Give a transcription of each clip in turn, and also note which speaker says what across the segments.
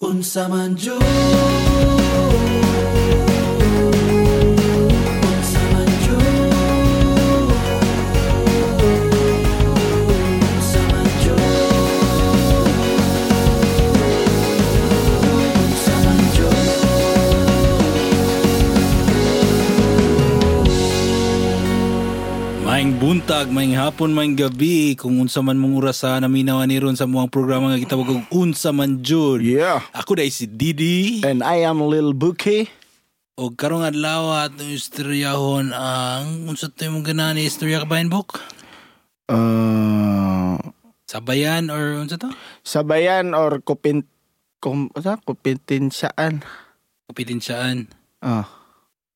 Speaker 1: Unsa man Diyos Unsa man Diyos Unsa man Diyos Unsa man Diyos
Speaker 2: Maing buntag, maing hapon, maing gabi Kung unsa man mong orasan Naminawa ni ron sa mga programa Nga kitawag og Unsa Man Jud
Speaker 3: Yeah.
Speaker 2: Ako dahil si Didi
Speaker 3: And I am Lil Buki.
Speaker 2: O karong adlaw at ang istoryahon ang Unsa to yung ganaan ni istorya ka ba book?
Speaker 3: Uh,
Speaker 2: Sabayan or unsa to?
Speaker 3: sabayan or kupin... Kum, sa, kupintinsyaan.
Speaker 2: Kompetensyaan
Speaker 3: Ah.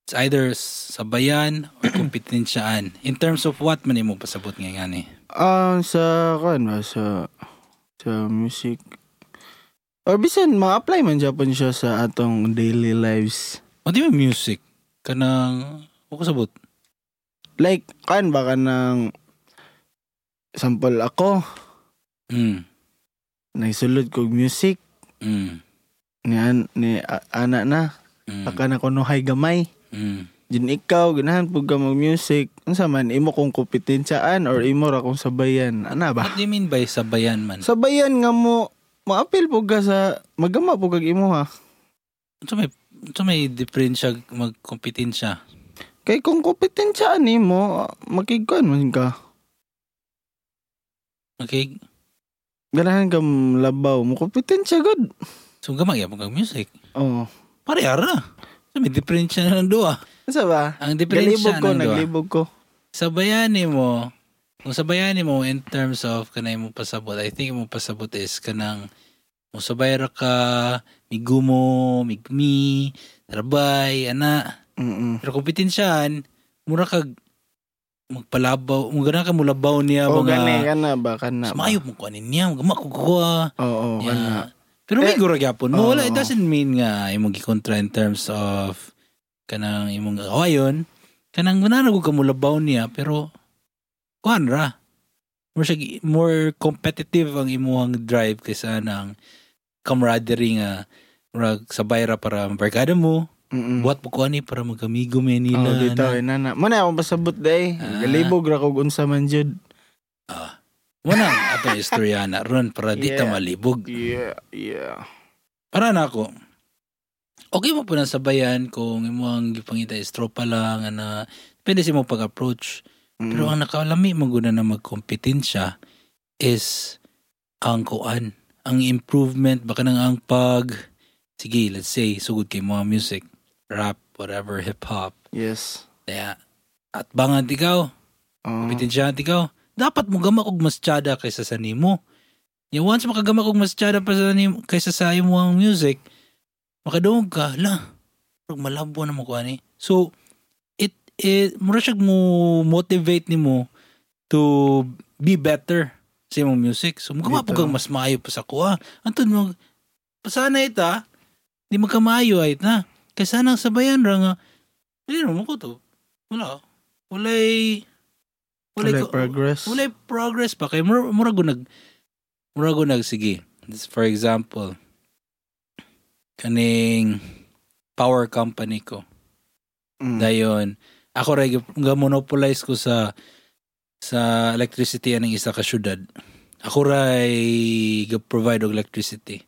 Speaker 2: It's either sabayan or kompetensyaan In terms of what man mo pasabot nga nga ni
Speaker 3: Ah, sa kan ba sa sa music. Or bisan ma-apply man Japan siya sa atong daily lives.
Speaker 2: O di ba music? Kanang O kasabot?
Speaker 3: Like kan ba kanang sample ako
Speaker 2: Mm,
Speaker 3: nagsulod kog music
Speaker 2: mm,
Speaker 3: ni an, ni a, ana na
Speaker 2: mm,
Speaker 3: aka na kuno hay gamay.
Speaker 2: mm.
Speaker 3: Jin ikaw ganahan pug ka mag music. Unsa man imo kong kompetensyahan or imo ra kong sabayan? Ana ba?
Speaker 2: What do you mean by sabayan man?
Speaker 3: Sabayan nga mo maapil pug ka sa magama pug kag imo ha.
Speaker 2: So may so may difference siya magkompetensya.
Speaker 3: Kay kung kompetensya ni mo, makigkuan man ka.
Speaker 2: Okay?
Speaker 3: Ganahan ka labaw mo, kompetensya good.
Speaker 2: So gamay mo kag music.
Speaker 3: Oo.
Speaker 2: Pare ara. So may difference siya ng duha.
Speaker 3: Asa ba?
Speaker 2: Ang difference
Speaker 3: Galibog
Speaker 2: siya
Speaker 3: ko,
Speaker 2: ng duha.
Speaker 3: naglibog ko.
Speaker 2: Sabayan mo kung sabayan mo in terms of kanay mo pasabot, I think mo pasabot is kanang mo sabay ra ka migumo, migmi, trabay, ana.
Speaker 3: Mm-mm.
Speaker 2: Pero kompetensyahan mura kag magpalabaw, mo gana ka mulabaw niya
Speaker 3: O, ganay
Speaker 2: mga
Speaker 3: ka na ba? Kana ba?
Speaker 2: Smayo mo kuanin niya, gumakukuha.
Speaker 3: Oo, kana.
Speaker 2: Yeah. Pero may
Speaker 3: Eh,
Speaker 2: guro gyapon mo. Wala,
Speaker 3: oo.
Speaker 2: it doesn't mean nga imong gikontra in terms of kanang imong kawayon. Kanang mananagog ka mulabaw niya, pero kuhan ra. More, siya gi- more competitive ang imuhang drive kaysa ng camaraderie nga rag sabay ra para mabarkada mo.
Speaker 3: Mm-mm.
Speaker 2: Buhat mo kuha ni para magamigo may nila.
Speaker 3: Mm. Oo, dito, eh.
Speaker 2: na-
Speaker 3: inana. Muna akong pasabot day.
Speaker 2: Ah.
Speaker 3: Galibog ra kog unsa man jud.
Speaker 2: Wala ang atong istorya na ron para di ka
Speaker 3: Yeah.
Speaker 2: malibog.
Speaker 3: Yeah, yeah.
Speaker 2: Para na ako. Okay mo po na sabayan kung imo ang gipangita is tropa lang ana. Depende sa imong pag-approach. Pero
Speaker 3: Mm.
Speaker 2: ang nakalami mo guna na magkompetensya is ang kuan, ang improvement baka nang ang pag sige, let's say sugod kay mga music, rap, whatever, hip hop.
Speaker 3: Yes. Ah,
Speaker 2: Kaya at bangan ikaw,
Speaker 3: Oo.
Speaker 2: kompetensya ikaw. Dapat mo gamak og mas tiyada kaysa sa nimo. Ya once makagamak og mas tiyada pa sa nimo kaysa sa imo ang music, makadungog ka, la. Pag malabo na mo ko ani. So it it mura siya mo motivate nimo to be better sa imong music. So mukha
Speaker 3: Dito.
Speaker 2: po kang mas maayo pa sa kuha. Anton mo pasana ita, di magkamaayo ay na. Kaysa nang sabayan ra nga. Dili mo ko to. Wala. Walay
Speaker 3: Walay
Speaker 2: ko-
Speaker 3: progress.
Speaker 2: Walay progress pa kay mura mura ko nag mura ko nag sige. This- For example, kaning power company ko.
Speaker 3: Mm.
Speaker 2: Dayon, ako ra monopolize ko sa sa electricity aning isa ka syudad. Ako ra provide og electricity.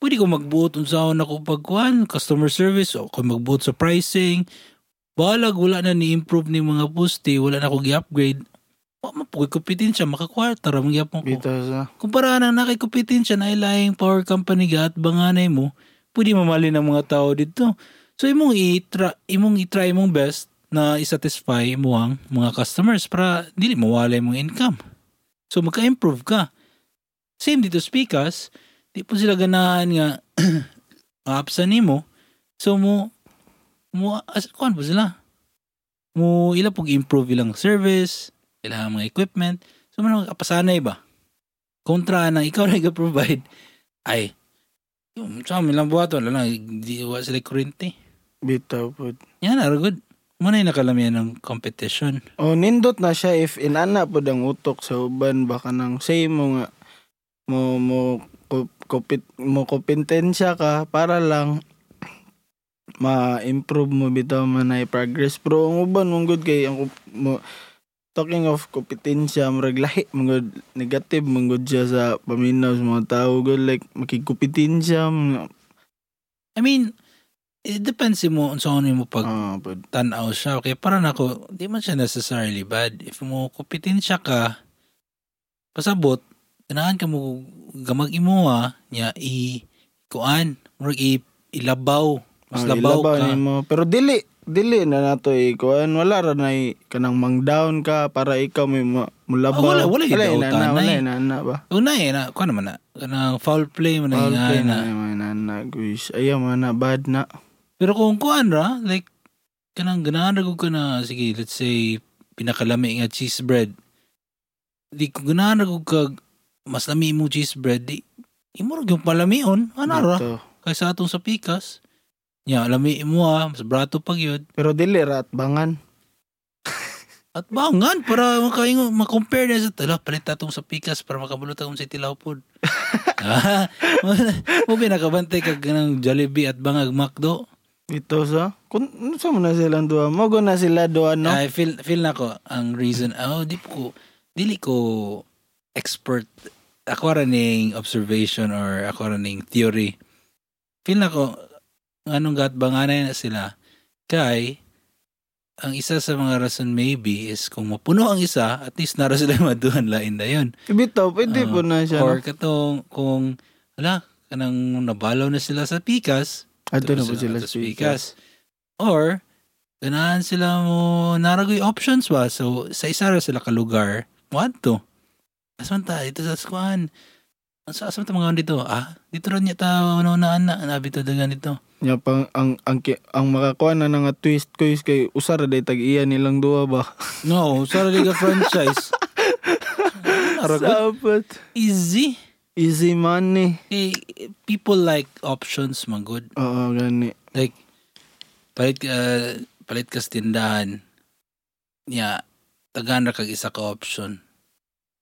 Speaker 2: Pwede ko magbuot unsaon ako pagkuan, customer service, o ko magbuot sa pricing. Balag wala na ni-improve ni mga poste, wala na ko gi-upgrade. Wa mapugoy kompetensya makakwarta ra mangyap mo ko.
Speaker 3: Dito sa...
Speaker 2: Kumpara na nakikupitensya na ilaing power company ga at banganay mo, pwede mamali ng mga tao dito. So imong i-try, imong i-try mong best na i-satisfy mo ang mga customers para dili mawala imong income. So magka-improve ka. Same dito speakers, di po sila ganahan nga maapsa nimo. So mo mo as kuan po sila. Mo ila pug improve ilang service, ilang mga equipment. So man kapasanay ba? kontra na ikaw na provide ay yung sa amin lang buhaton wala lang di wa sila kurente
Speaker 3: Bitaw po.
Speaker 2: yan are good muna yung nakalamihan ng competition
Speaker 3: O Oh, nindot na siya if inana po ang utok sa uban baka nang say mo nga mo mo ko- kompet mo kompetensya ka para lang ma-improve mo bitaw man ay progress pero ang uban mong good kay ang kup- mo talking of kompetensya murag lahi mong good negative mong good siya sa paminaw sa mga tao good like makikompetensya mga
Speaker 2: I mean, it depends mo sa ano mo pag
Speaker 3: ah but
Speaker 2: tanaw siya. Okay, parang ako, di man siya necessarily bad. If mo kupitin siya ka, pasabot, ganahan ka mo gamag imuha, niya i kuan, or i ilabaw. Mas
Speaker 3: ah,
Speaker 2: labaw,
Speaker 3: ilabaw
Speaker 2: ka.
Speaker 3: nimo. pero dili dili na nato ikuan wala ra nay kanang mang down ka para ikaw may ma- mulabaw
Speaker 2: Ah, wala- wala yung
Speaker 3: na na
Speaker 2: dautan,
Speaker 3: wala
Speaker 2: nay.
Speaker 3: na na ba
Speaker 2: Una eh, na, kuan naman na, kanang foul play man na, hingahan
Speaker 3: Okay
Speaker 2: na.
Speaker 3: na naman na nag-wish. Ayaw man na, bad na.
Speaker 2: Pero kung kuan ra, like, kanang ganahan ra ko ka na, sige, let's say, pinakalami nga cheese bread. Di ko ganahan ra ko kag, mas lami mo cheese bread, di, imurag yung palamion, ano ra?
Speaker 3: Dito.
Speaker 2: Kaysa atong sa pikas, nya, lami mo ah, mas brato pag yun.
Speaker 3: Pero dili rat bangan.
Speaker 2: At bangan, para makaingo, makompare na sa tala, palit atong sa pikas para makabulot akong sa tilaw pod. ah, mo binakabantay kag ganang Jollibee at bangag McDo.
Speaker 3: Dito sa kun sa mo na sila duha. Mogo na sila duha no.
Speaker 2: I feel feel na ko ang reason oh di ko dili ko expert ako ra ning observation or ako ra ning theory. Feel na ko anong gatbanganay na sila kay ang isa sa mga rason maybe is kung mapuno ang isa at least nara sila maduhan lain na yun.
Speaker 3: Ibito
Speaker 2: Ah,
Speaker 3: pwede po na siya.
Speaker 2: Or
Speaker 3: no?
Speaker 2: katong kung ala kanang nabalaw na sila sa pikas
Speaker 3: Ato na po
Speaker 2: tapos
Speaker 3: sila
Speaker 2: sa
Speaker 3: speakers.
Speaker 2: Or, ganahan sila mo, naragoy options ba? So, sa isa ra sila ka lugar, what to? Asan ta? Dito sa squan. Asa asan ta mga on dito? Ah, dito rin niya ta, ano na, na, nabi to dagan dito.
Speaker 3: Nya pang ang ang ki- ang makakuha na nga twist ko is kay usar day tag iya nilang duha ba.
Speaker 2: No, sorry ka franchise. Naragoy,
Speaker 3: Sabat.
Speaker 2: easy.
Speaker 3: Easy money.
Speaker 2: Eh, people like options, man, good.
Speaker 3: Oo, gani.
Speaker 2: Like, palit ka, palit ka sa tindahan, niya, tagaan ra kag isa ka option.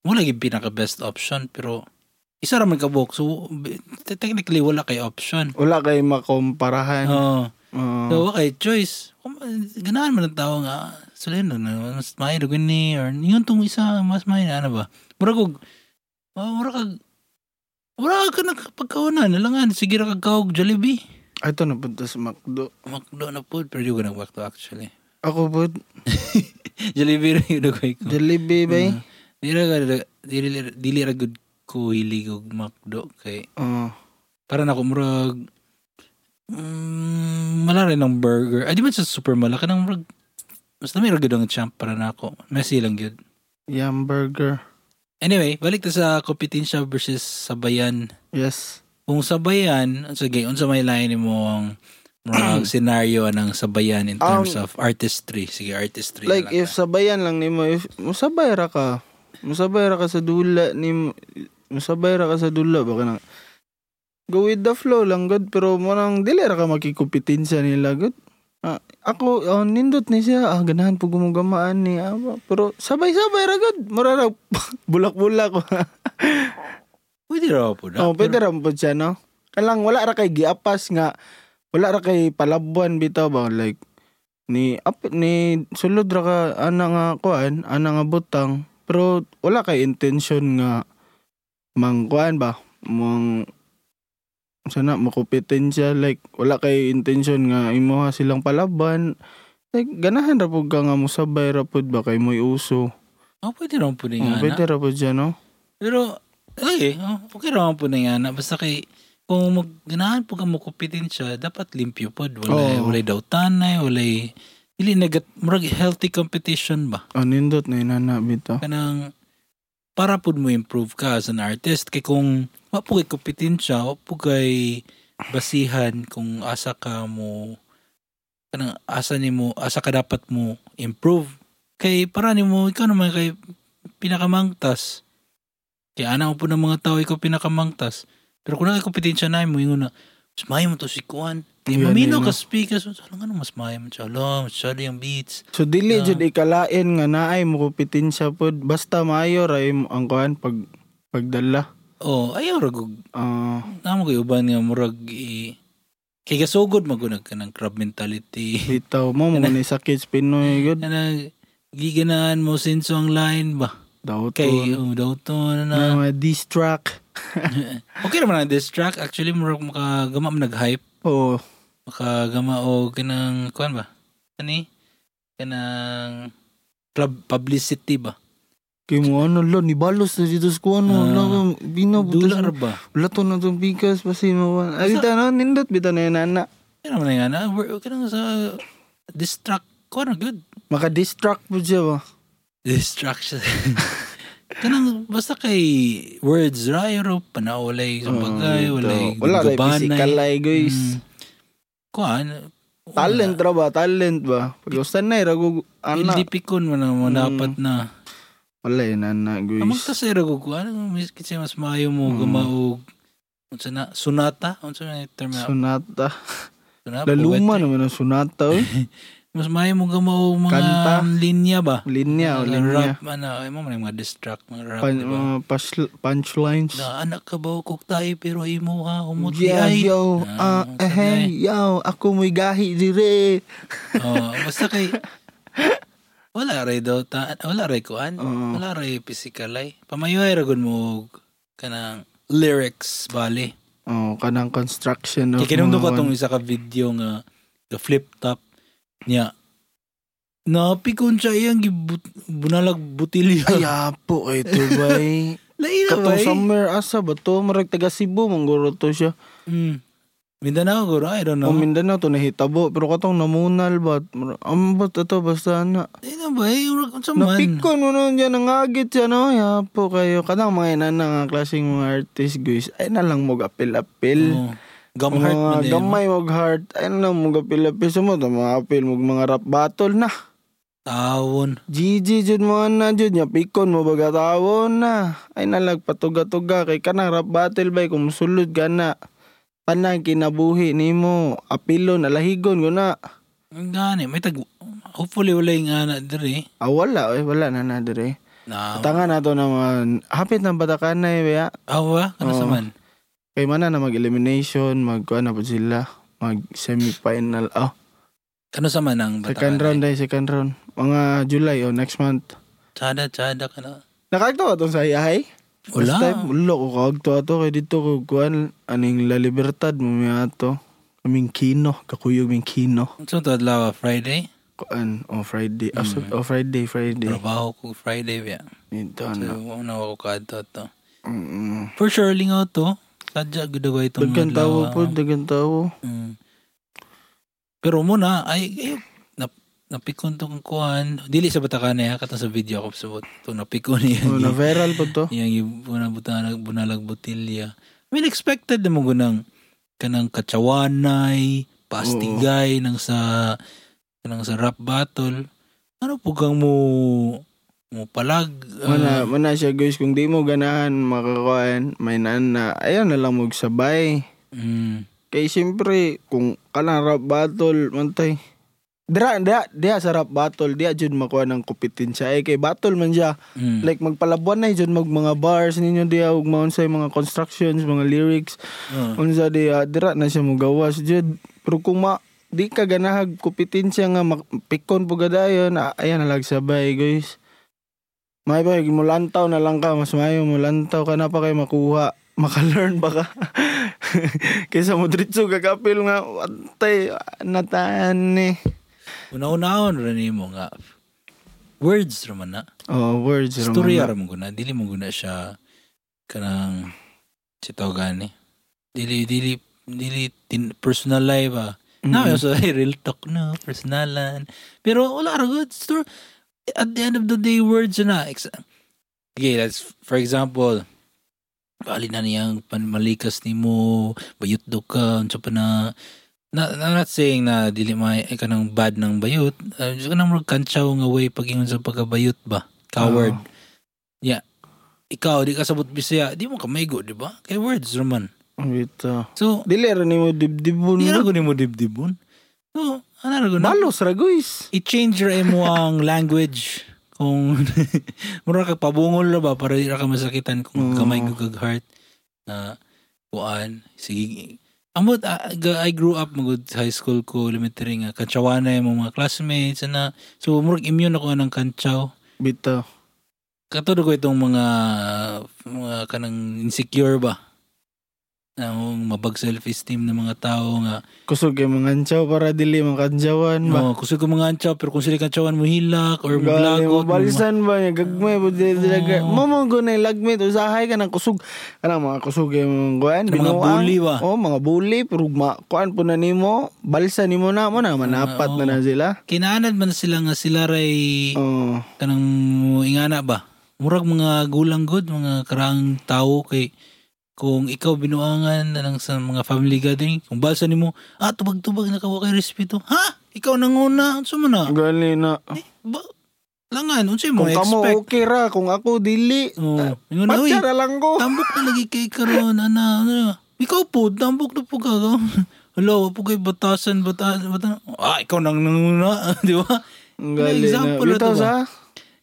Speaker 2: Wala yung pinaka-best option, pero isa raman ka book. So, b- technically, wala kay option.
Speaker 3: Wala kay makomparahan.
Speaker 2: Oo.
Speaker 3: Oo.
Speaker 2: So, wala kay choice. Kung- Ganahan man ang tao nga, sulin lang na, mas may rin ni, or yun tong isa, mas may, ano ba? Mura kog, ah, mura kag, mura ka nakapagkawanan, nalangan, sige ra kag kaog Jollibee.
Speaker 3: Ato Ah, na po sa McDo.
Speaker 2: Makdo na po, pero yung nag to actually.
Speaker 3: Ako po,
Speaker 2: Jollibee rin yung nagway ko. Mm.
Speaker 3: Jollibee ba? eh?
Speaker 2: Dili ra dili dili ra good ko hilig og makdo kay
Speaker 3: Oo.
Speaker 2: para na kumurag mm, mala rin ng burger. Ay di ba sa super mala ka nang murag mas na ra gud ang champ para na ako. Messy lang gyud.
Speaker 3: Yum burger.
Speaker 2: Anyway, balik ta sa competition versus sabayan.
Speaker 3: Yes.
Speaker 2: Kung sabayan, sige, unsa may lain imong murag scenario ng sabayan in terms of artistry. Sige, artistry. na
Speaker 3: like
Speaker 2: lang
Speaker 3: if sabayan lang nimo if musabay ra ka musabay ra ka sa dula ni musabay ra ka sa dula baka na go with the flow lang god pero mo nang dili ra ka makikupitin sa nila god Ah, ako oh, nindot ni siya ah ganahan po gumugamaan ni ah, ba- pero sabay-sabay ra god mura ra bulak-bulak
Speaker 2: Pwede raw po na.
Speaker 3: oh pwede ra po siya no kalang wala ra kay giapas nga wala ra kay palabuan bitaw ba like ni ap ni sulod ra ka ana nga kuan ana nga butang pero wala kay intention nga mang kuan ba mang sana makupitin siya like wala kay intention nga imuha silang palaban like ganahan ra pud ka nga musabay ra pud ba kay moy uso
Speaker 2: Oh, pwede raw po na
Speaker 3: oh,
Speaker 2: nga na.
Speaker 3: pwede ra pud siya no
Speaker 2: Pero, okay, oh, okay raw po na nga na. Basta kay, kung mag, ganahan po ka makupitin siya, dapat limpyo po. Wala,
Speaker 3: Oo.
Speaker 2: wala daw tanay, wala, hindi nagat, murag healthy competition ba?
Speaker 3: oh, nindot na inana bitaw
Speaker 2: Kanang, para po mo improve ka as an artist. Kay kung, wa po kay kupitin siya, wa po kay basihan kung asa ka mo, kanang asa ni mo, asa ka dapat mo improve. Kay para ni mo, ikaw naman kay pinakamangtas. Kaya ana mo po ng mga tao, ikaw pinakamangtas. Pero kung nakakompetensya na mo, yung na, mas maya mo to si Kuan. Di
Speaker 3: Yan,
Speaker 2: maminaw
Speaker 3: yan,
Speaker 2: ka speakers. Alam nga mas maya mo siya. Alam, mas sali ang beats.
Speaker 3: So dili
Speaker 2: Ah.
Speaker 3: jud ikalain nga naay mukupitin siya pod basta maayo ra im- ang kuan pag pagdala.
Speaker 2: Oh, ayaw ragog.
Speaker 3: Ah,
Speaker 2: Namo kayo ba nga murag i... Kay gasugod magunag ka ng crab mentality.
Speaker 3: bitaw mo mo ni sa kids Pinoy good.
Speaker 2: Kanang giganaan mo sinso ang line ba?
Speaker 3: Daw to.
Speaker 2: Kay oh, daw to na na.
Speaker 3: na mga diss track.
Speaker 2: Okay naman ang distract. Actually, murag makagama mo nag-hype.
Speaker 3: Oo.
Speaker 2: Makagama o kanang, kuan ba? Kani? Kanang club publicity ba?
Speaker 3: Kay mo ano lo ni balos na dito sa kuan
Speaker 2: Ah.
Speaker 3: mo. Wala ka binabutas.
Speaker 2: Dular
Speaker 3: mo.
Speaker 2: ba?
Speaker 3: Wala to na tong bigas basi mo. Ay ta no nindot bitaw na yan ana.
Speaker 2: Kaya naman na nga na. We're, kanang sa distract. Kuan na good.
Speaker 3: Maka diss track po siya ba?
Speaker 2: Distraction. kanang basta kay words ra ro panaulay sa bagay
Speaker 3: Oo,
Speaker 2: walay Mm.
Speaker 3: Ah, bitaw. Mm, wala ray physical ay guys.
Speaker 2: kuan
Speaker 3: Talent ano? ra ba? Talent ba? Pag usan na rago ana.
Speaker 2: hindi pikon man mo
Speaker 3: Mm.
Speaker 2: dapat na
Speaker 3: Wala yan ana
Speaker 2: amang
Speaker 3: guys.
Speaker 2: kasi ra ko ano mis kitse mas maayo mo
Speaker 3: Mm.
Speaker 2: gumaog unsa na sunata unsa na term na
Speaker 3: Sunata.
Speaker 2: sunata
Speaker 3: Laluma naman ang sunata oy.
Speaker 2: mas maayo mo gumaog mga
Speaker 3: Kanta.
Speaker 2: linya ba
Speaker 3: Linya,
Speaker 2: Mga
Speaker 3: linya.
Speaker 2: rap ano ay mo man yung mga distract mga rap
Speaker 3: Pan, mm.
Speaker 2: di ba?
Speaker 3: mga pas- punchlines.
Speaker 2: diba? na anak ka ba kog tayo pero imo ha umot
Speaker 3: Yeah,
Speaker 2: ay
Speaker 3: yo,
Speaker 2: Ah,
Speaker 3: ah,
Speaker 2: okay.
Speaker 3: eh, yo, ako mo'y gahi dire.
Speaker 2: Oo, basta kay wala ray daw ta wala ray kuan
Speaker 3: Oo.
Speaker 2: wala ray physical ay pamayo ay ragon mo og kanang lyrics bali
Speaker 3: Oh, kanang construction.
Speaker 2: kay
Speaker 3: of
Speaker 2: kinumdo ko
Speaker 3: mga-
Speaker 2: tong isa ka video nga the flip top niya napikon siya iyang gibut, bunalag
Speaker 3: Ay,
Speaker 2: butilyo
Speaker 3: apo, ay, ito bay.
Speaker 2: lain na ba eh?
Speaker 3: Katong summer, asa ba to? Marag taga Cebu, mangguro to siya.
Speaker 2: mm. Mindanao guro I don't
Speaker 3: No.
Speaker 2: know
Speaker 3: O Mindanao, to nahitabo. Pero katong namunal ba? Ang ba't ito, basta ano, na.
Speaker 2: lain na ba eh urag unsa man
Speaker 3: Napikon mo nun dyan, ang agit siya, no? Ay, apo kayo. Kanang mga inan na nga klaseng mga artist, guys. Ay, na lang mo gapil-apil.
Speaker 2: Oo. gum heart
Speaker 3: Mga
Speaker 2: man eh. din
Speaker 3: gamay mag heart. Ay na lang mga pilapil sa mo. Mga apil mag mga rap battle na.
Speaker 2: tawon
Speaker 3: GG jud mo na jud nya pikon mo baga tawo na. Ay nalag patuga-tuga kay kanang rap battle bay kung musulod ka na. Tanang kinabuhi nimo. Apilon alahigon ko na.
Speaker 2: ang gani may tag hopefully wala yung ana diri
Speaker 3: Ah, wala eh, wala na na dire.
Speaker 2: na
Speaker 3: Tanga na to naman. Hapit ng batakan na eh, baya.
Speaker 2: Awa, ano
Speaker 3: Oo.
Speaker 2: sa man?
Speaker 3: Kay Eh, mana na mag-elimination, mag ano pa sila, mag semi-final. Oh,
Speaker 2: Ano sa man ang bata?
Speaker 3: second round ay second round. Mga July oh, next month.
Speaker 2: Tsada, tsada ka na.
Speaker 3: Nakakto atong sa iyahay?
Speaker 2: Wala.
Speaker 3: Last time, ulo ko kaagto ato kay dito ko kuan aning La Libertad mo miya ato. Kaming kino, kakuyog ming kino.
Speaker 2: So, to adlaw, Friday?
Speaker 3: Kuan on Friday, ah, so- oh, Friday, Friday.
Speaker 2: Trabaho ko Friday, ba? So,
Speaker 3: Ito na.
Speaker 2: una ako ka to, to.
Speaker 3: Mm.
Speaker 2: For sure, lingaw to. Sadya, gudagay itong
Speaker 3: Dagan tawo
Speaker 2: adlaw.
Speaker 3: po, dagan tawo.
Speaker 2: Mm. Pero muna, ay, ay, nap, napikon tong kuhan. Dili sa batakan niya, katong sa video ko subot. Ito, napikon niya.
Speaker 3: Oh, na viral po to.
Speaker 2: Yang yung bunang butanag, bunalag botilya. I mean, expected na mo gunang kanang katsawanay, pastigay, nang sa kanang sa rap battle. Ano po kang mo mo palag? ah,
Speaker 3: Mana, mana siya guys, kung di mo ganahan makakuan, may nana, ayan na lang magsabay.
Speaker 2: ah, mm,
Speaker 3: Kay siyempre, kung kanang rap battle, mantay. Dira, dira, dira sa rap battle, dira jud makuha ng kupitin siya. Eh, kay battle man siya,
Speaker 2: mm.
Speaker 3: Like magpalabuan na jud mag mga bars ninyo diya ug maunsay mga constructions, mga lyrics.
Speaker 2: Ah.
Speaker 3: Unsa diya dira na siya mugawas jud. Pero kung ma di ka ganahag kupitin siya nga pikon po gadayon, a- ayan na sabay guys. May ba mulantaw na lang ka, mas mayo mulantaw ka na pa kay makuha. Maka-learn ba ka? Kaysa mo diretso kakapil nga, atay, nataan eh.
Speaker 2: Una-unaon rin ni mo nga. Words raman na.
Speaker 3: Oh, words. Roman.
Speaker 2: Storya raman guna. Dili mo guna siya kanang sitaw gani. Dili, dili, dili, tin, personal life ah. Na,
Speaker 3: Mm.
Speaker 2: so, real talk na, personalan. Pero wala ka good store. At the end of the day, words na. Ex- Okay, let's, for example, bali na niyang panmalikas ni mo, bayot do ka, unsa pa na, na, I'm not saying na dili may eh, ka ng bad ng bayot. Uh, just ka nang kantsaw nga way pag ingon sa pagkabayot ba?
Speaker 3: Ah,
Speaker 2: Coward. Yeah. Ikaw, di ka sabot bisaya, di mo ka maigo, di ba? Kay words naman.
Speaker 3: Bito.
Speaker 2: So,
Speaker 3: Dili ra nimo dibdibon.
Speaker 2: di ra
Speaker 3: bro.
Speaker 2: ko nimo dibdibon. So, ano ra ko na?
Speaker 3: Balos ra guys.
Speaker 2: i-change ra mo ang language kung mura ka pabungol ra ba para di ra ka masakitan kung
Speaker 3: Oo.
Speaker 2: gamay ko kag heart. na kuan sige amot ah, ga- I grew up magud high school ko elementary nga kantsawa na yung mga classmates na so murag immune ako ng kantsaw
Speaker 3: Bitaw.
Speaker 2: katulad ko itong mga mga kanang insecure ba ang mabag self-esteem ng mga tao nga
Speaker 3: Kusog yung mga ansaw para dili mga kanjawan
Speaker 2: no,
Speaker 3: ba.
Speaker 2: kusog ko mga antsaw pero kung sila kantsawan mo hilak or mo
Speaker 3: Gali mo
Speaker 2: blagot mo ma-
Speaker 3: balsan ba niya gagmay po dili dili
Speaker 2: Oo.
Speaker 3: mo mo gunay lagmit usahay ka ng kusog kanang mga kusog yung mga kuan
Speaker 2: Mga
Speaker 3: binuang.
Speaker 2: bully ba?
Speaker 3: oh mga bully pero ma kuan po na nimo balsa nimo na mo na manapat na na sila
Speaker 2: kinaanad man sila nga sila ray
Speaker 3: ah. oh
Speaker 2: kanang ingana ba murag mga gulang good mga karang tao kay kung ikaw binuangan na lang sa mga family gathering kung balsa nimo ah tubag-tubag na kawa kay respeto ha ikaw nanguna unsa man na
Speaker 3: gali na
Speaker 2: Eh, ba langan unsa mo
Speaker 3: kung kamo
Speaker 2: expect
Speaker 3: okay ra kung ako dili
Speaker 2: oh ingon na uy
Speaker 3: Patsara lang ko.
Speaker 2: tambok na lagi kay karon ana ano ikaw po tambok na po ka Hello, po kay batasan, batasan, batasan. Ah, ikaw nang nanguna, di ba?
Speaker 3: Ang
Speaker 2: Ano,
Speaker 3: gali na.
Speaker 2: example na
Speaker 3: Bitaw
Speaker 2: to ba?
Speaker 3: sa?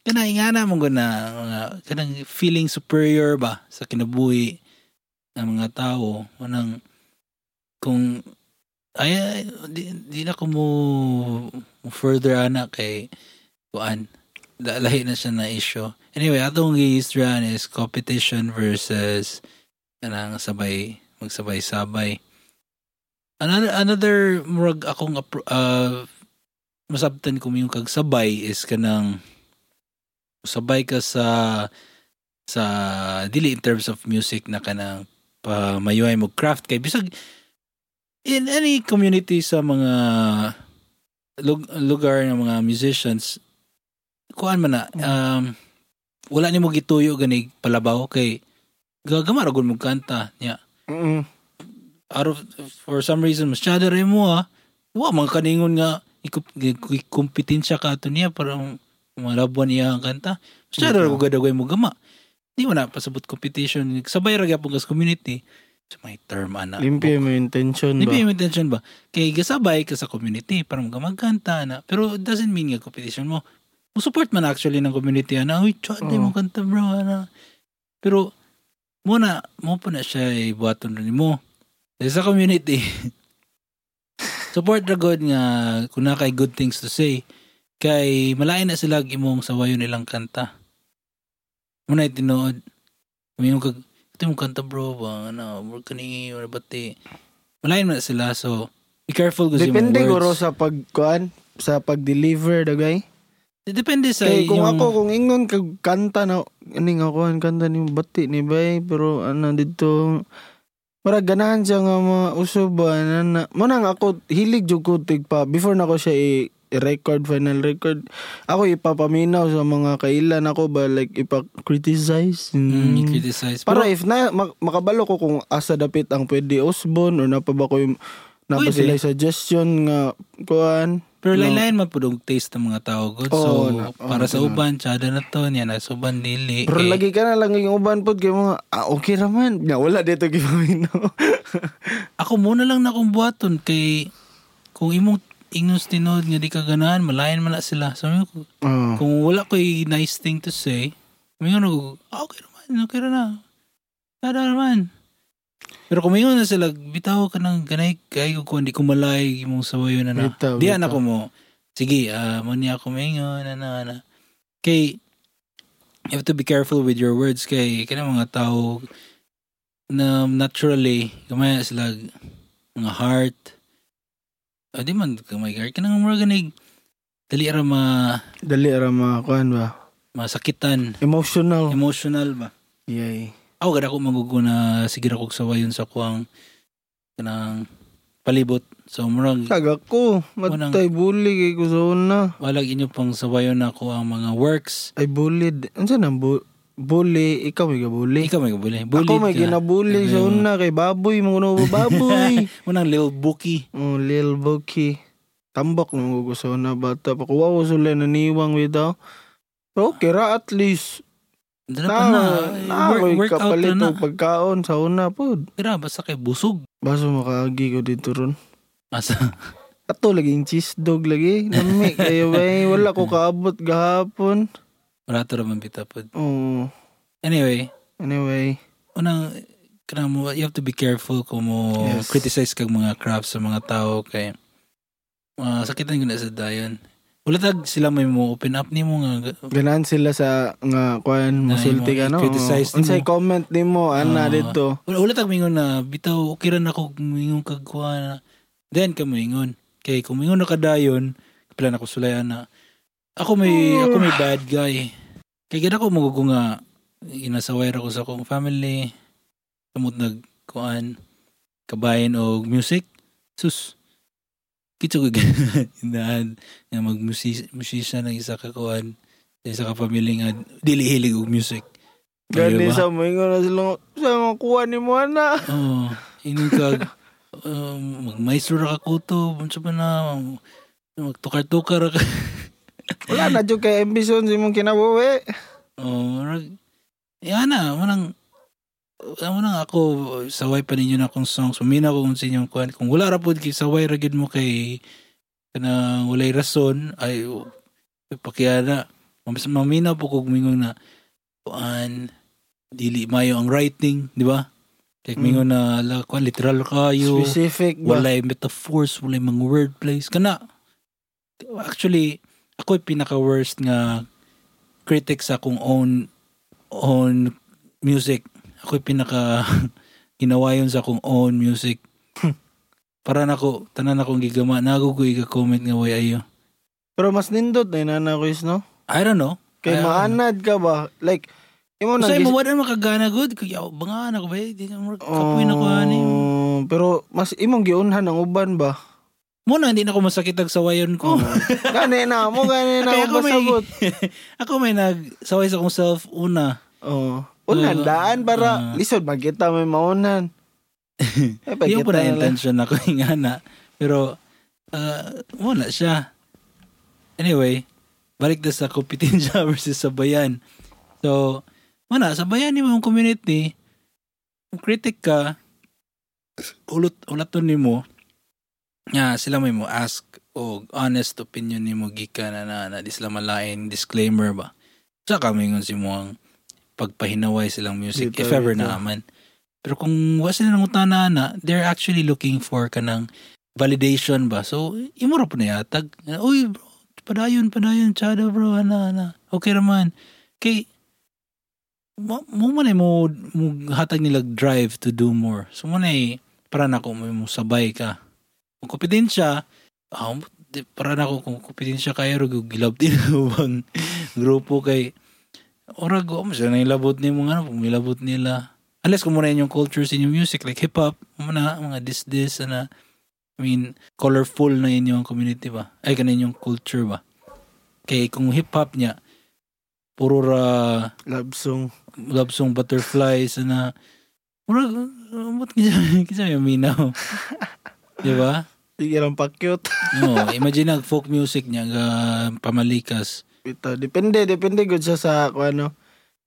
Speaker 2: Kana ingana mo gud na mga kanang feeling superior ba sa kinabuhi ng mga tao Anang kung ay, ay di, di na ko mo mo further ana kay kuan La- lahi na siya na issue. Anyway, atong giistra is competition versus kanang sabay magsabay-sabay. Another another murag akong appro- uh, masabtan ko yung kagsabay is kanang sabay ka sa sa dili in terms of music na kanang pamayuhay mo craft kay bisag in any community sa mga lug- lugar ng mga musicians kuan man na um, wala nimo gituyo gani palabaw kay gagamara gud mo kanta nya
Speaker 3: Mm.
Speaker 2: out of for some reason masyado rin mo ah wa mga kaningon nga ikup- ikumpetensya ka ato niya parang malabuan niya ang kanta masyado rin ko gadagway mo gama di mo na pasabot competition sabay ra gyapon kas community so may term ana
Speaker 3: Limpi mo yung tension ba?
Speaker 2: Hindi ba yung intention ba? Kay gasabay ka sa community para magkanta na. Pero it doesn't mean nga competition mo. Musupport man actually ng community na, uy, chod, di
Speaker 3: Oo.
Speaker 2: mo kanta bro. Ana. Pero, muna, mo pa na siya ibuhaton rin mo. Dahil sa community, support ra god nga kung na kay good things to say kay malain na sila ang imong sawayon nilang kanta muna tinuod may kag ito yung kanta bro ba ano work ka ni or bati malain na sila so be careful kasi yung
Speaker 3: Depende guro
Speaker 2: words
Speaker 3: sa pagkuan sa pag-deliver dagay.
Speaker 2: depende sa
Speaker 3: Kay kung
Speaker 2: yung
Speaker 3: ako kung ingon kag kanta na aning ako ang kanta ni bati ni bay pero ano dito Mara ganahan siya nga mga usuban na, na mo nang ako hilig jud ko tig pa before na ko siya i record final record ako ipapaminaw sa mga kailan ako ba like ipa-criticize
Speaker 2: mm,
Speaker 3: Mm.
Speaker 2: criticize
Speaker 3: Para
Speaker 2: pero
Speaker 3: if na mak- makabalo ko kung asa dapit ang pwede Osborne or napa ba ko yung napa
Speaker 2: Pwede.
Speaker 3: sila yung suggestion nga kuan.
Speaker 2: pero
Speaker 3: no.
Speaker 2: lain-lain man pud ang taste ng mga tao god so
Speaker 3: Oo, na- oo,
Speaker 2: para sa
Speaker 3: ganun.
Speaker 2: uban tsada na to niya na sa uban dili
Speaker 3: Pero
Speaker 2: Eh,
Speaker 3: lagi ka na lang yung lah uban pod kay mga ah, okay raman. Nga wala dito gibawin no.
Speaker 2: ako muna lang na akong buhaton kay kung imong ingos tinod nga di ka ganahan malayan man na sila sabi ko
Speaker 3: oh.
Speaker 2: kung wala ko'y nice thing to say mingon ako ah, okay naman okay ra na kada naman pero kung mingon na sila bitaw ka ng ganay kay ko kung di ko malay imong sawayo na na
Speaker 3: Bitaw,
Speaker 2: diyan
Speaker 3: bitaw.
Speaker 2: ako mo sige ah mo niya ako mingon na na na kay you have to be careful with your words kay kana mga tao na naturally gamay na sila mga heart o di man gamay ka kanang mga ganig dali ra ma
Speaker 3: Dali ra mga kuan ba.
Speaker 2: masakitan
Speaker 3: Emotional.
Speaker 2: emotional ba
Speaker 3: Yay.
Speaker 2: ako gada ko maguguna sige ra kog sawayon sa kuang kanang palibot so murag
Speaker 3: Kaga ko
Speaker 2: Unang-
Speaker 3: matay bully kay ko sa una.
Speaker 2: walag inyo pang sawayon na ko ang mga works
Speaker 3: Ay bullied. Unsa nang bu- bully ikaw may gabully.
Speaker 2: ikaw may bully bully
Speaker 3: Ako may ginabully sa una kay baboy mo no baboy.
Speaker 2: unang little bookie
Speaker 3: Oh, Lil Bucky. Tambak nung gugusto na bata. Pakuha ko sila naniwang witaw. Pero okay ra at least.
Speaker 2: dala pa na,
Speaker 3: Na,
Speaker 2: eh,
Speaker 3: na,
Speaker 2: work,
Speaker 3: ako'y
Speaker 2: workout
Speaker 3: kapalit
Speaker 2: na na
Speaker 3: og pagkaon sa una pod.
Speaker 2: gra basta kay busog
Speaker 3: Baso makaagi ko dito ron.
Speaker 2: asa
Speaker 3: Ato laging cheese dog lagi. Nami kayo bay. Wala ko kaabot gahapon.
Speaker 2: wala to ra man bitapod
Speaker 3: Oh,
Speaker 2: anyway
Speaker 3: anyway.
Speaker 2: unang kanang mo you have to be careful kung mo
Speaker 3: Yes.
Speaker 2: criticize kag mga crafts sa mga tao kay ah, sakitan gyud na sa dayon. Wala tag sila may mo open up nimo nga
Speaker 3: Ganaan sila lah sa nga kuan
Speaker 2: Na
Speaker 3: musulti
Speaker 2: imo-
Speaker 3: ka no.
Speaker 2: i-criticize
Speaker 3: Unsay
Speaker 2: nimo.
Speaker 3: Oh, comment nimo
Speaker 2: Ah.
Speaker 3: ana dito.
Speaker 2: wala, wala tag mingon na bitaw okay ra na ako mingon kag kuha na. Then ka mingon. Kay kung mingon na kadayon, pila na ko sulayan na. Ako may ako may bad guy. Kay gid ako magugo nga inasaway ra ko sa akong family. Kamot nag kuan kabayan og music. Sus. Kitso ko inahan nga mag musician ang isa ka kuan isa ka family nga dili hilig og music. Ayaw
Speaker 3: Gani
Speaker 2: ba?
Speaker 3: sa mo ingon na sila sa mga kuha nimo ana.
Speaker 2: Oo. Ingon ka, Oh, um, magmaestro ra ka kuto, bunso pa na, magtukar-tukar ra ka.
Speaker 3: Wala na jud kay ambisyon sa imong kinabuhi.
Speaker 2: Oo. rag- Yan Oh, na, manang, amo nang ako saway pa ninyo na akong songs sumina ko kung sa inyong kuan kung wala ra pod kay saway ra gid mo kay kana walay rason ay o, pakiyana Mamis- mamina po kog mingon na kuan dili mayo ang writing di ba kay mingon na la kuan literal kayo
Speaker 3: Specific ba?
Speaker 2: Walay metaphors, walay mga wordplays. Kana, actually, ako yung pinaka-worst nga critic sa akong own own music. Ako yung pinaka ginawa yun sa akong own music.
Speaker 3: Hmm.
Speaker 2: Para nako tanan akong gigama, nago ko comment nga way ayo.
Speaker 3: Pero mas nindot na inana ko is no.
Speaker 2: I don't know.
Speaker 3: Kay
Speaker 2: Ayaw.
Speaker 3: maanad ka ba? Like imo na
Speaker 2: Sa imo wala makagana good, kaya bangan ako ba? Di na mo
Speaker 3: Oh,
Speaker 2: kapoy na ko eh. ani.
Speaker 3: Ah, Pero mas imong giunhan ang uban ba?
Speaker 2: Muna hindi na ako masakit ang sawayon ko.
Speaker 3: Oh. Ah, Gani na mo, gani na
Speaker 2: Kaya
Speaker 3: mo
Speaker 2: ako may,
Speaker 3: pasabot.
Speaker 2: ako may nagsaway sa akong self una.
Speaker 3: Oo. Unan,
Speaker 2: Oo.
Speaker 3: Ah, daan para
Speaker 2: Ah.
Speaker 3: lisod, magkita may maunan. eh,
Speaker 2: Hindi ko
Speaker 3: pagkita
Speaker 2: pa na
Speaker 3: na lang.
Speaker 2: intention ako yung ana. Pero, uh, wala siya. Anyway, balik na sa Competinsya versus Sabayan. So, wala, Sabayan mo yung community. Kung critic ka, ulot, ulaton ni mo, nga sila may mo ask o honest opinion ni mo gika na na, na di sila malain disclaimer ba sa kami ngon si mo ang pagpahinaway silang music
Speaker 3: Dito,
Speaker 2: if ever
Speaker 3: dito.
Speaker 2: na man pero kung wa sila ng utana na they're actually looking for kanang validation ba so imura po na yatag uy bro padayon padayon chada bro ana ana okay raman kay mo mo man ay mo, mo hatag nila drive to do more so mo na ay para na kung may mo sabay ka kung kompetensya, ah, di- para na kung, kung kompetensya kayo, ro gilab din ang ubang grupo kay Orag, oh, masya na ilabot ni mga ano, kung ilabot nila. Unless kung muna yun yung culture sa inyong music, like hip-hop, muna, mga this-this, ano, I mean, colorful na inyong community ba? Ay, kanin yung culture ba? Kay kung hip-hop niya, puro ra
Speaker 3: Love song.
Speaker 2: love song butterflies na murag umot kisa kisa yung minaw. 'Di ba?
Speaker 3: Sige lang pa cute.
Speaker 2: No, imagine ang folk music niya nga pamalikas.
Speaker 3: Ito, depende, depende good siya sa kung ano.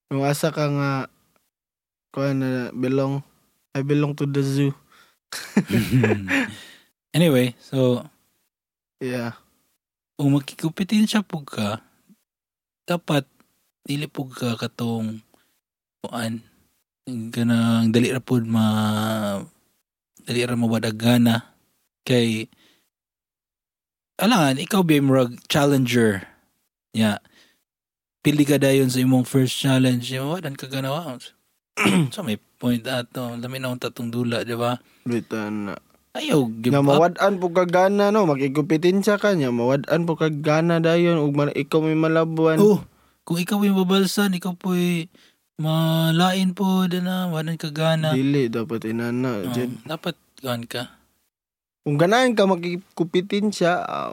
Speaker 3: Kung asa ka nga, kung ano, belong. I belong to the zoo.
Speaker 2: anyway, so
Speaker 3: Yeah.
Speaker 2: kung magkikupitin siya pug ka, dapat dili pug ka katong kuan kanang dali ra pud ma dali ra mo badagana kay alangan ikaw ba murag challenger nya pili ka dayon sa imong first challenge nya wadan ka ganawa so may point ato dami na unta tong dula di ba
Speaker 3: Bito na.
Speaker 2: ayaw give
Speaker 3: Nga
Speaker 2: up
Speaker 3: mawadaan po kagana, no? Makikupitin siya ka niya. Mawadaan po kagana dayon. Ug man- ikaw may malabuan.
Speaker 2: Oh, kung ikaw yung babalsan, ikaw po'y malain po, dana, wanan ka gana.
Speaker 3: Dili, dapat inana.
Speaker 2: Oh,
Speaker 3: Jud.
Speaker 2: dapat gan ka.
Speaker 3: kung ganaan ka makikupitin siya ah,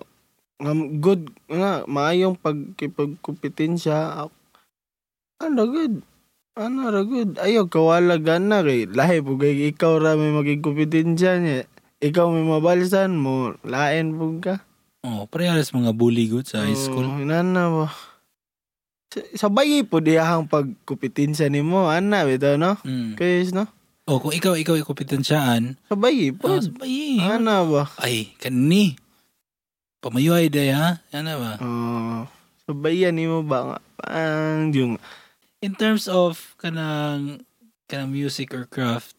Speaker 3: nga good nga maayong pagkipagkupitin siya ah, ano good ano ra good ayaw kawala gana kay lahi pugay ikaw ra may magikupitin siya niya ikaw may mabalsan mo lain pug ka
Speaker 2: Oh, parehas mga bully good sa high school.
Speaker 3: Oh, inana ba Sa- sabay po diyahang pagkupitin siya nimo ana bitaw no
Speaker 2: Mm.
Speaker 3: kayes no
Speaker 2: Oh, kung ikaw ikaw ay kompetensyahan, oh,
Speaker 3: sabay po
Speaker 2: sabay.
Speaker 3: ana ba
Speaker 2: Ay, kani. Pamayuhay day ha. Ano ba?
Speaker 3: oh sabayan nimo ba nga pang yung
Speaker 2: In terms of kanang kanang music or craft,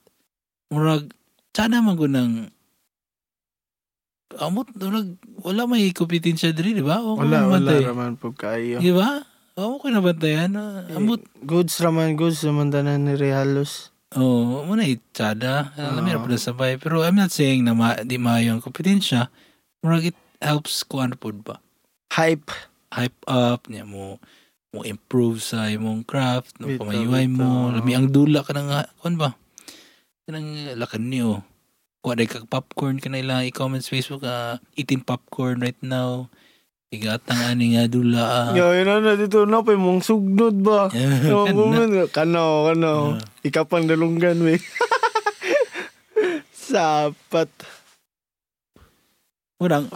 Speaker 2: murag sana man ko nang amot murag wala may kupitin siya diri di ba? O ko
Speaker 3: Wala, wala
Speaker 2: nabantay.
Speaker 3: raman pagkaayo.
Speaker 2: Di ba? Amo ko nabantayan. ah,
Speaker 3: Eh.
Speaker 2: Amot.
Speaker 3: Goods raman, goods raman tanan ni Rehalos.
Speaker 2: Oh, muna itsada.
Speaker 3: Ah.
Speaker 2: Alam mo, pala sabay. Pero I'm not saying na ma, di maayo ang kompetensya. Murag it helps ko ano po ba?
Speaker 3: Hype.
Speaker 2: Hype up, niya mo mo improve sa imong craft, no,
Speaker 3: Bitaw,
Speaker 2: pamayuhay mo.
Speaker 3: bitaw.
Speaker 2: Lami ang dula ka na nga. Kuan ba? Kanang lakan niyo. Kuha dahil kag popcorn ka na ilang i-comment sa Facebook. ah, eating popcorn right now. Igatang ani nga dula. ah.
Speaker 3: Yo, yun na dito na pa mong sugnod ba?
Speaker 2: Yeah,
Speaker 3: Yo,
Speaker 2: kan
Speaker 3: gumin, kanaw, kanaw.
Speaker 2: Ah.
Speaker 3: Ikapang dalunggan, we. Sapat.
Speaker 2: Murang,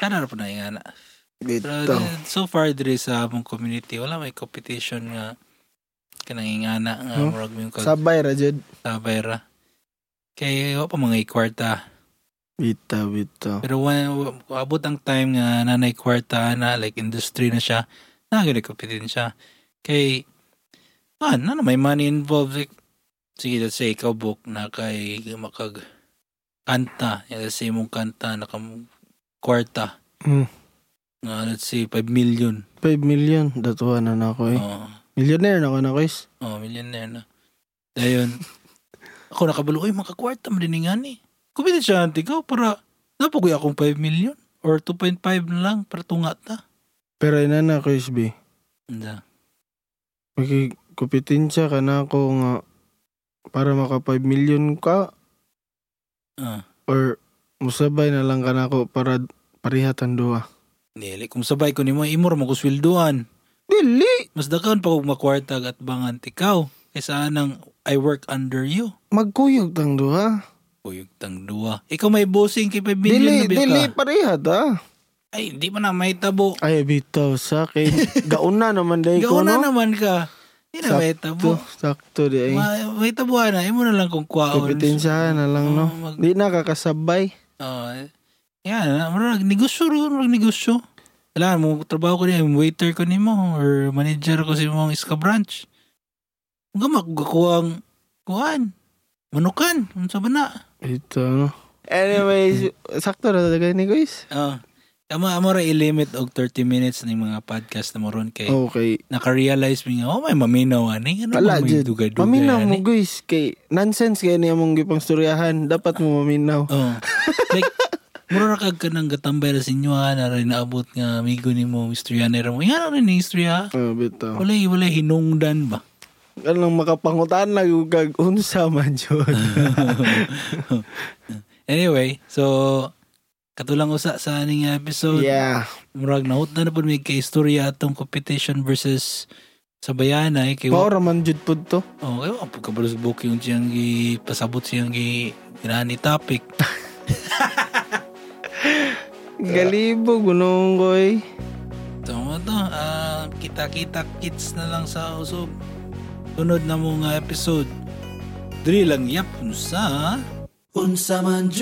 Speaker 2: kanar po na yung ana. Pero
Speaker 3: Dito.
Speaker 2: di- so far diri sa among community wala may competition nga kanang ingana nga
Speaker 3: Hmm?
Speaker 2: murag mo yung
Speaker 3: Sabay, Rajid.
Speaker 2: kagsabay ra. Kay wa pa mga kwarta.
Speaker 3: Bita, bita.
Speaker 2: Pero when abot ang time nga nanay kwarta na like industry na siya, nagagani competition siya. Kay ah, na may money involved like sige let's say ikaw book na kay makag kanta, let's say mong kanta naka kwarta
Speaker 3: Mm.
Speaker 2: nga Ah, let's say 5 million. Ah.
Speaker 3: 5 million. Datuwa na na ako eh.
Speaker 2: Oo.
Speaker 3: Millionaire na ako na, guys.
Speaker 2: Oh, millionaire na. Dayon. ako nakabalo, uy, makakwarta mo din nga ni. Kumita siya ang tigaw para napagoy akong 5 million or 2.5 na lang para tunga ta.
Speaker 3: Pero ina na, guys, B.
Speaker 2: Anda.
Speaker 3: Magkikupitin siya ka na ako nga para maka 5 million ka
Speaker 2: Ah.
Speaker 3: or musabay na lang ka na ako para parihatan duha.
Speaker 2: Dili, kung sabay ko ni mo, imor mo ko swilduan.
Speaker 3: Dili!
Speaker 2: Mas dakan pa kung makwarta at bangan tikaw kaysa anang I work under you.
Speaker 3: Magkuyog tang duha.
Speaker 2: Kuyog tang duwa. Ikaw may bossing kay 5 million na
Speaker 3: Dili,
Speaker 2: biya
Speaker 3: dili,
Speaker 2: ka.
Speaker 3: parihat ah.
Speaker 2: Ay, di pa na may tabo.
Speaker 3: Ay, bitaw, sakit. Gauna naman dahi ko,
Speaker 2: Gauna
Speaker 3: no?
Speaker 2: naman ka. Di na may tabo.
Speaker 3: Sakto, sakto di ay.
Speaker 2: Ma, may tabuhan na. Imo na lang kung kwaon.
Speaker 3: Kupitensyahan na lang, no?
Speaker 2: Oo, mag-
Speaker 3: Di na kakasabay.
Speaker 2: Oo. Uh, yan, marag negosyo ro, marag negosyo. Kailangan mo trabaho ko niya, waiter ko nimo or manager ko sa imong iska branch. Gamak gakuha ang kuan. Manukan, unsa ba na?
Speaker 3: Ito, no? Anyways, sakto na talaga ni guys.
Speaker 2: Oo. Amo Ah, amo ra i-limit og 30 minutes ning mga podcast na moron kay
Speaker 3: Okay.
Speaker 2: naka-realize mi nga oh may maminaw ani ano
Speaker 3: Wala,
Speaker 2: ba may
Speaker 3: Jud.
Speaker 2: dugay-dugay
Speaker 3: Maminaw
Speaker 2: ani?
Speaker 3: mo, guys. Kay, nonsense kaya niya mong gipang storyahan. Dapat mo maminaw.
Speaker 2: Oh. like, mura ra kag kanang gatambay ra sa inyo ha, na rin naabot nga amigo ni mo, Mr. Yanero mo. Yan rin ni Mr. Ha.
Speaker 3: Oh, bitaw.
Speaker 2: Wala, wala hinungdan ba?
Speaker 3: Ano lang makapangutan na yung gag unsa man yun.
Speaker 2: anyway, so, katulang usa sa aning episode.
Speaker 3: yeah.
Speaker 2: Murag nahut na na po may kaistorya atong competition versus sa bayanay. Kay
Speaker 3: Mao raman jud pud to.
Speaker 2: Oh, kayo ang pagkabalos book yung siyang gi, pasabot siyang gi, ginani topic.
Speaker 3: Galibo gunong koy.
Speaker 2: So, ano to? ah, kita-kita kits na lang sa usog. Tunod na mga episode. Diri lang yap unsa.
Speaker 1: Unsa man jud